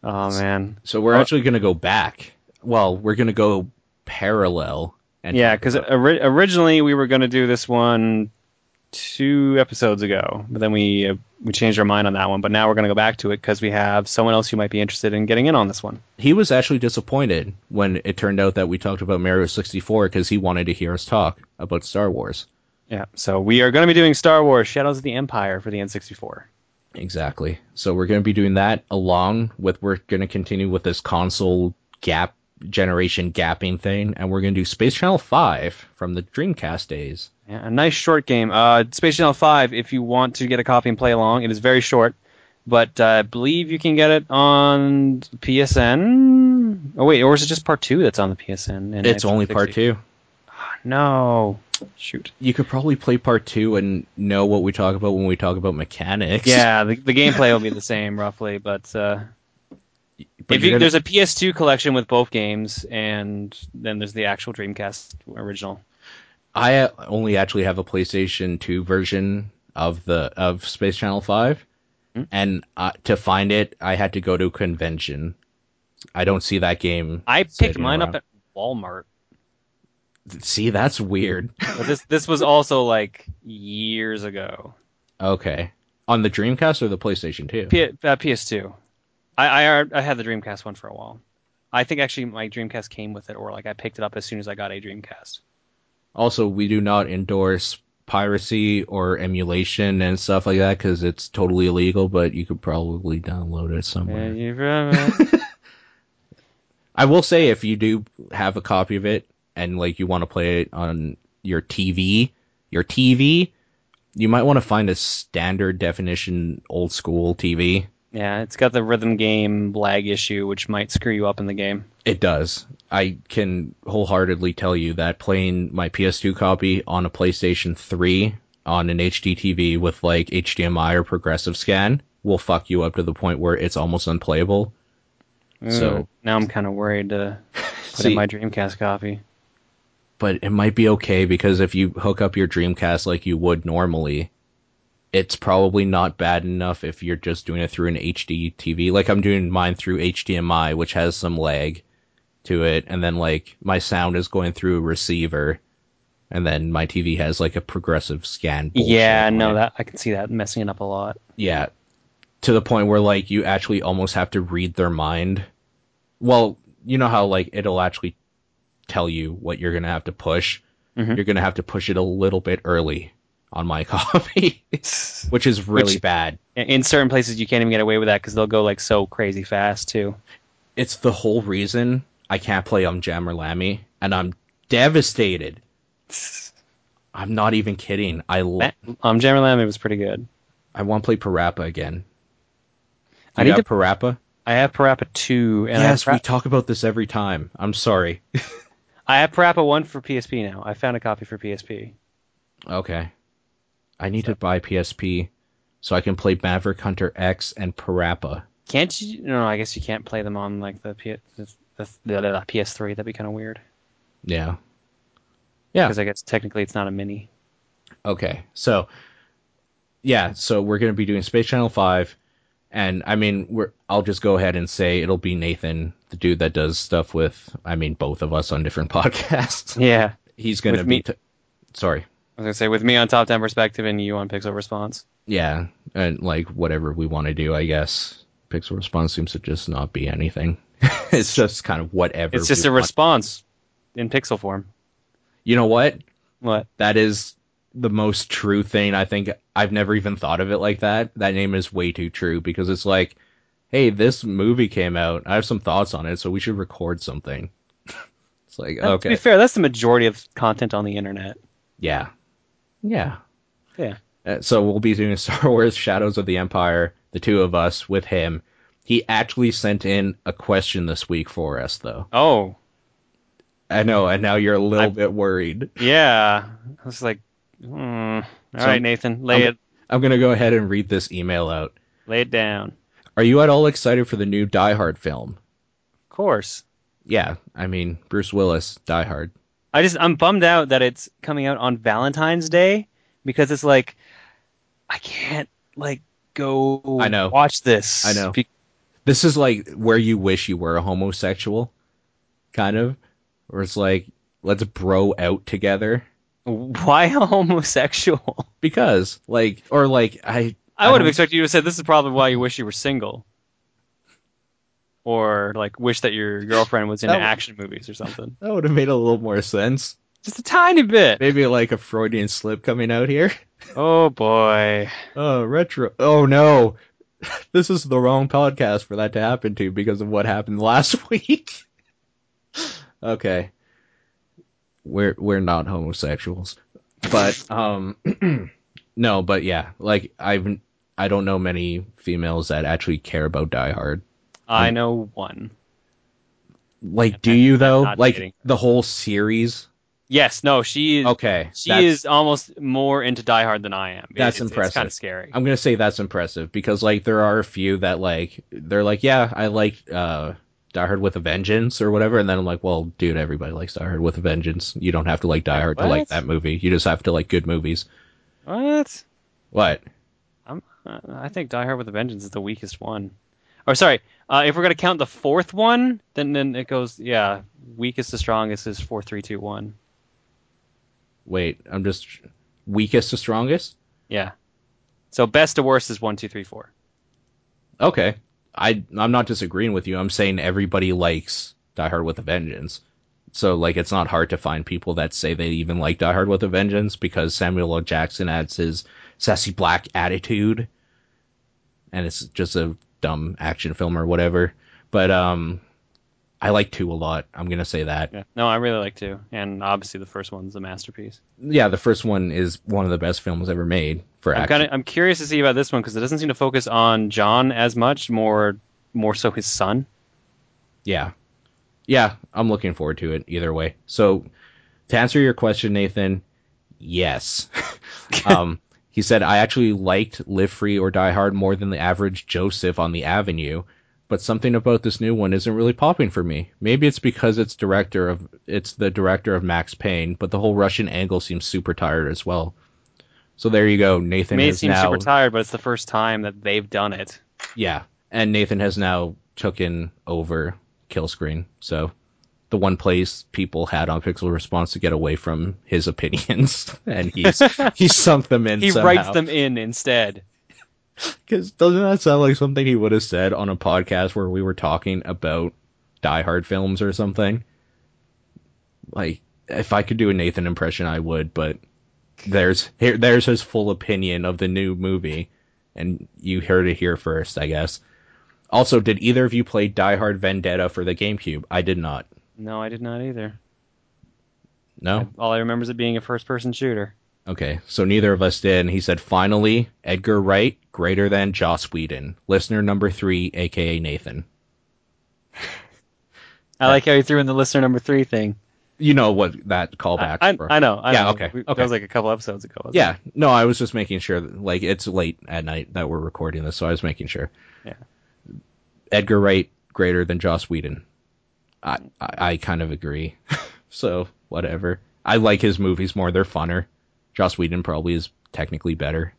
Oh man.
So we're actually going to go back. Well, we're going to go parallel. And
Yeah, because ori- originally we were going to do this one two episodes ago, but then we uh, we changed our mind on that one. But now we're going to go back to it because we have someone else who might be interested in getting in on this one.
he was actually disappointed when it turned out that we talked about Mario 64 because he wanted to hear us talk about Star Wars.
Yeah. So we are going to be doing Star Wars: Shadows of the Empire for the N64.
Exactly. So we're going to be doing that along with we're going to continue with this console gap generation gapping thing, and we're going to do Space Channel 5 from the Dreamcast days.
Yeah, a nice short game. Uh, Space Channel 5, if you want to get a copy and play along, it is very short, but uh, I believe you can get it on PSN. Oh, wait, or is it just part two that's on the PSN? And
It's only part
360?
2.
No. Shoot.
You could probably play part 2 and know what we talk about when we talk about mechanics.
Yeah, the, the gameplay will be the same, roughly, but. Uh,
But
if
you're
you,
gonna-
there's a PS2 collection with both games, and then there's the actual Dreamcast original.
I uh, only actually have a PlayStation 2 version of the of Space Channel 5
Hmm?
and uh, to find it I had to go to a convention. I don't see that game.
I picked
sitting
mine up
around.
at Walmart.
See, that's weird.
But this this was also like years ago.
okay. On the Dreamcast or the PlayStation 2?
P- uh, PS2. I, I uh, I had the Dreamcast one for a while. I think actually my Dreamcast came with it, or like I picked it up as soon as I got a Dreamcast.
also, we do not endorse piracy or emulation and stuff like that cuz it's totally illegal, but you could probably download it somewhere. I will say if you do have a copy of it and like you want to play it on your TV, your TV, you might want to find a standard definition old school TV.
yeah, it's got the rhythm game lag issue, which might screw you up in the game.
It does. I can wholeheartedly tell you that playing my PS2 copy on a PlayStation 3 on an HD TV with like HDMI or progressive scan will fuck you up to the point where it's almost unplayable. So-
Ooh, now I'm kind of worried to put
See-
in my Dreamcast copy.
but it might be okay because if you hook up your Dreamcast like you would normally, it's probably not bad enough if you're just doing it through an HD TV. Like I'm doing mine through HDMI, which has some lag to it, and then like my sound is going through a receiver, and then my TV has like a progressive scan. bullshit
yeah,
on
no,
it.
that I can see that messing it up a lot.
yeah, to the point where like you actually almost have to read their mind. Well, you know how like it'll actually tell you what you're gonna have to push.
Mm-hmm.
You're gonna have to push it a little bit early on my copy, which is really
Which-
bad.
In- In certain places, you can't even get away with that because they'll go like so crazy fast too.
It's the whole reason I can't play Um Jam or Lammy, and I'm devastated. I'm not even kidding. I l-
Um, Jammer Lamb, it was pretty good.
I want to play Parappa again.
I
I
need
need
to-
Parappa.
I have Parappa 2, and I, have
yes,
Para-
we talk about this every time. I'm sorry.
I have Parappa 1 for PSP now. I found a copy for PSP.
Okay. I need to buy PSP so I can play Maverick Hunter X and Parappa.
Can't you? No, I guess you can't play them on like the, P- the, the, the, the PS3. That'd be kind of weird.
Yeah. Yeah.
Because I guess technically it's not a mini.
Okay. So yeah, so we're going to be doing Space Channel 5 and I mean, we're I'll just go ahead and say it'll be Nathan, the dude that does stuff with I mean both of us on different podcasts.
Yeah.
He's going to
With
be
me-
t- Sorry.
I was going to say, with me on Top 10 Perspective and you on Pixel Response.
Yeah, and like whatever we want to do, I guess. Pixel response seems to just not be anything. it's just kind of whatever.
It's just
we
a
want.
response in pixel form.
You know what?
What?
That is the most true thing. I think I've never even thought of it like that. That name is way too true because it's like, hey, this movie came out. I have some thoughts on it, so we should record something. it's like,
Uh, To be
okay.
fair, that's the majority of content on the internet.
Yeah. Yeah.
Yeah.
Uh, so we'll be doing Star Wars Shadows of the Empire, the two of us with him. He actually sent in a question this week for us, though.
Oh,
I know, and now you're a little
I'm-
bit worried.
yeah. I was like, hmm. All right,
I'm-
Nathan, lay
I'm-
it,
I'm going to go ahead and read this email out.
lay it down.
Are you at all excited for the new Die Hard film?
Of course.
Yeah, I mean, Bruce Willis, Die Hard.
I just I'm bummed out that it's coming out on Valentine's Day because it's like I can't like go
I know.
watch this.
I know.
Be-
This is like where you wish you were a homosexual, kind of, where it's like let's bro out together
why a homosexual?
because like or like I
I would have
don't-
expected you to say this is probably why you wish you were single. Or like wish that your girlfriend was into
That would-
action movies or something.
that would have made a little more sense.
Just a tiny bit.
Maybe like a Freudian slip coming out here.
Oh boy.
Oh, retro. Oh no. This is the wrong podcast for that to happen to because of what happened last week. okay. We're we're not homosexuals. But um no, but yeah, like I've I don't know many females that actually care about Die Hard.
I know one.
Like do you though?
not
Like
dating.
the whole series?
Yes, no, she is
Okay.
she
that's-
is almost more into Die Hard than I am. It-
That's
it's- It's
impressive.
kind of scary.
I'm gonna say that's impressive because like there are a few that like they're like yeah I like uh Die Hard with a Vengeance or whatever and then I'm like well dude everybody likes Die Hard with a Vengeance you don't have to like Die Hard to
What?
like that movie you just have to like good movies
What?
what
I'm, uh, I think Die Hard with a Vengeance is the weakest one. Or sorry, uh, if we're gonna count the fourth one, then then it goes yeah, weakest to strongest is four, three, two, one.
wait I'm just weakest to strongest
Yeah. So best to worst is one, two, three, four.
okay I I'm not disagreeing with you I'm saying everybody likes Die Hard with a Vengeance so like it's not hard to find people that say they even like Die Hard with a Vengeance because Samuel L. Jackson adds his sassy black attitude and it's just a dumb action film or whatever. But um I like two a lot. I'm gonna say that. Yeah.
Yeah. No, I really like two, and obviously the first one's a masterpiece.
the first one is one of the best films ever made for
I'm
action.
kind of I'm curious to see about this one because it doesn't seem to focus on John as much, more more so his son.
yeah. Yeah, I'm looking forward to it either way. So to answer your question, Nathan, yes. um he said I actually liked Live Free or Die Hard more than the average Joseph on the Avenue, but something about this new one isn't really popping for me. Maybe it's because it's director of it's the director of Max Payne, but the whole Russian angle seems super tired as well. So there you go.
It
Nathan
may
has
seem
now
super tired, but it's the first time that they've done it.
yeah, and Nathan has now taken over Kill Screen. So the one place people had on Pixel Response to get away from his opinions, and he's he sunk them in.
He
somehow.
writes them in instead.
Because doesn't that sound like something he would have said on a podcast where we were talking about Die Hard films or something? Like, if I could do a Nathan impression, I would. But there's here, there's his full opinion of the new movie, and you heard it here first, I guess. Also, did either of you play Die Hard Vendetta for the GameCube? I did not.
No, I did not either.
No.
All I remember is it being a first-person shooter.
Okay, so neither of us did. And he said, finally, Edgar Wright greater than Joss Whedon, listener number three, aka Nathan.
I like how you threw in the listener number three thing.
you know what that callback.
I,
for.
I know. I
Yeah,
know.
okay,
We- That
okay.
was like a couple episodes ago. wasn't
yeah, no, I was just making sure. That, like it's late at night that we're recording this, so I was making sure.
Yeah.
Edgar Wright greater than Joss Whedon. I I, I kind of agree. so whatever. I like his movies more; they're funner. Joss Whedon probably is technically better.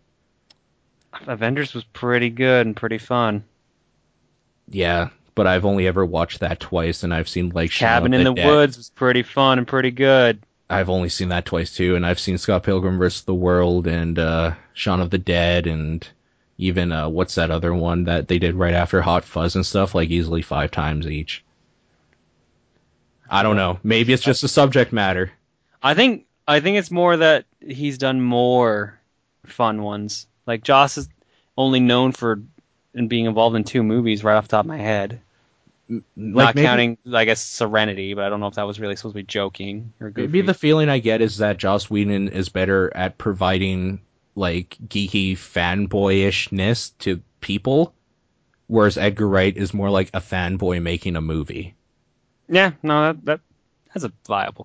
it? Avengers was pretty good and pretty fun.
Yeah, but I've only ever watched that twice, and I've seen like Shaun of
Cabin in the
Dead.
Woods was pretty fun and pretty good.
I've only seen that twice too, and I've seen Scott Pilgrim vs. the World and uh, Shaun of the Dead, and even uh, what's that other one that they did right after Hot Fuzz and stuff, like easily five times each. I don't know. Maybe it's just the subject matter.
I think I think it's more that he's done more fun ones. Like Joss is only known for in being involved in two movies right off the top of my head.
Like
Not
maybe,
counting I guess Serenity, but I don't know if that was really supposed to be joking or goofy.
Maybe the feeling I get is that Joss Whedon is better at providing like geeky fanboyishness to people, whereas Edgar Wright is more like a fanboy making a movie.
Yeah, no, that, that that's a viable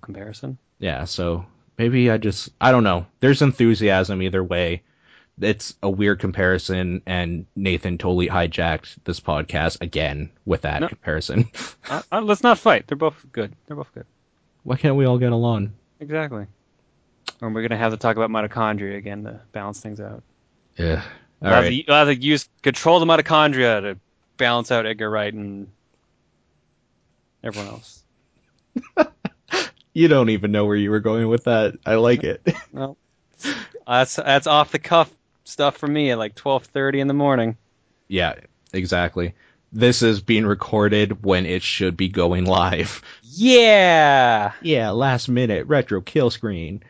comparison.
yeah so maybe i just i don't know there's enthusiasm either way it's a weird comparison and nathan totally hijacked this podcast again with that
No.
comparison
I, I, let's not fight. They're both good. They're both good.
why can't we all get along
Exactly. And we're gonna have to talk about mitochondria again to balance things out.
Yeah. All
You'll have,
right.
to, you'll have to use control the mitochondria to balance out Edgar Wright and everyone else.
You don't even know where you were going with that. I like it.
Well, Uh, that's that's off the cuff stuff for me at like twelve thirty in the morning.
yeah, exactly. This is being recorded when it should be going live.
Yeah.
Yeah, last minute retro kill screen.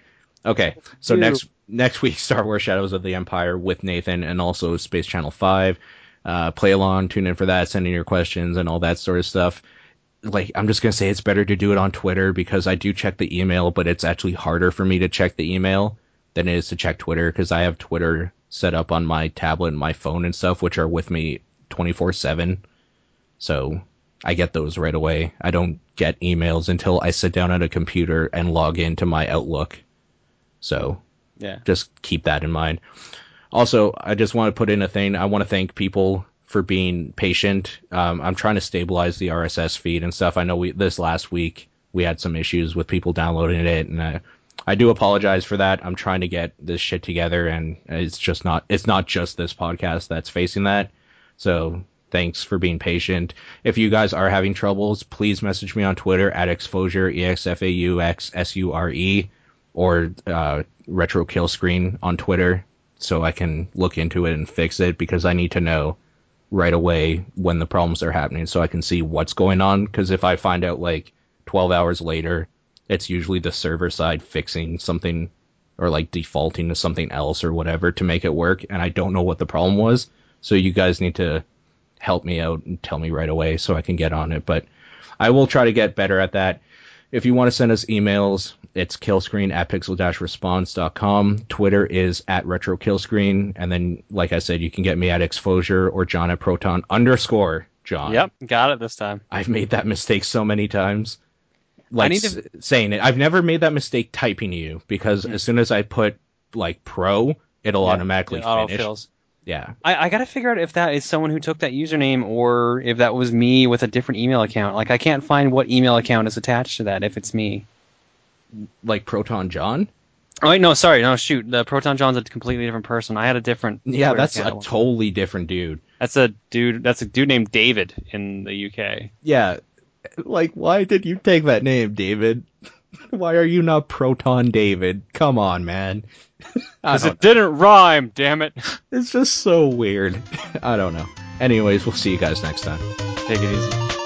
Okay, so
Ew.
next next week, Star Wars Shadows of the Empire with Nathan and also Space Channel Five. Uh, play along, tune in for that, send in your questions and all that sort of stuff. Like I'm just gonna say it's better to do it on Twitter because I do check the email, but it's actually harder for me to check the email than it is to check Twitter because I have Twitter set up on my tablet and my phone and stuff, which are with me 24 seven. So I get those right away. I don't get emails until I sit down at a computer and log into my Outlook. So
Yeah.
just keep that in mind. Also, I just want to put in a thing. I want to thank people for being patient. Um, I'm trying to stabilize the RSS feed and stuff. I know we this last week we had some issues with people downloading it, and I, I do apologize for that. I'm trying to get this shit together, and it's just not it's not just this podcast that's facing that. So thanks for being patient. If you guys are having troubles, please message me on Twitter at exposure e x f a u x s u r e or uh, retro kill screen on Twitter so I can look into it and fix it because I need to know right away when the problems are happening so I can see what's going on. Because if I find out like 12 hours later, it's usually the server side fixing something or like defaulting to something else or whatever to make it work, and I don't know what the problem was. So you guys need to help me out and tell me right away so I can get on it. But I will try to get better at that. If you want to send us emails, it's killscreen at pixel response.com. Twitter is at retro killscreen. And then, like I said, you can get me at exposure or John at proton underscore John.
Yep. Got it this time.
I've made that mistake so many times. Like
need
s-
to-
saying it. I've never made that mistake typing you because as soon as I put like pro, it'll
Yeah,
automatically
it auto
finish.
fills.
Yeah.
I, I gotta figure out if that is someone who took that username or if that was me with a different email account. Like I can't find what email account is attached to that if it's me.
Like proton John.
Oh wait, no, sorry, no, shoot. The Proton John's a completely different person. I had a different.
Yeah,
Twitter
that's a
account.
totally different dude.
that's a dude. That's a dude named David in the UK.
Yeah. Like, why did you take that name, David? why are you not Proton David? Come on, man. I
Because
don't
it didn't rhyme. Damn it.
know. It's just so weird. I don't know. Anyways, we'll see you guys next time.
Take it easy.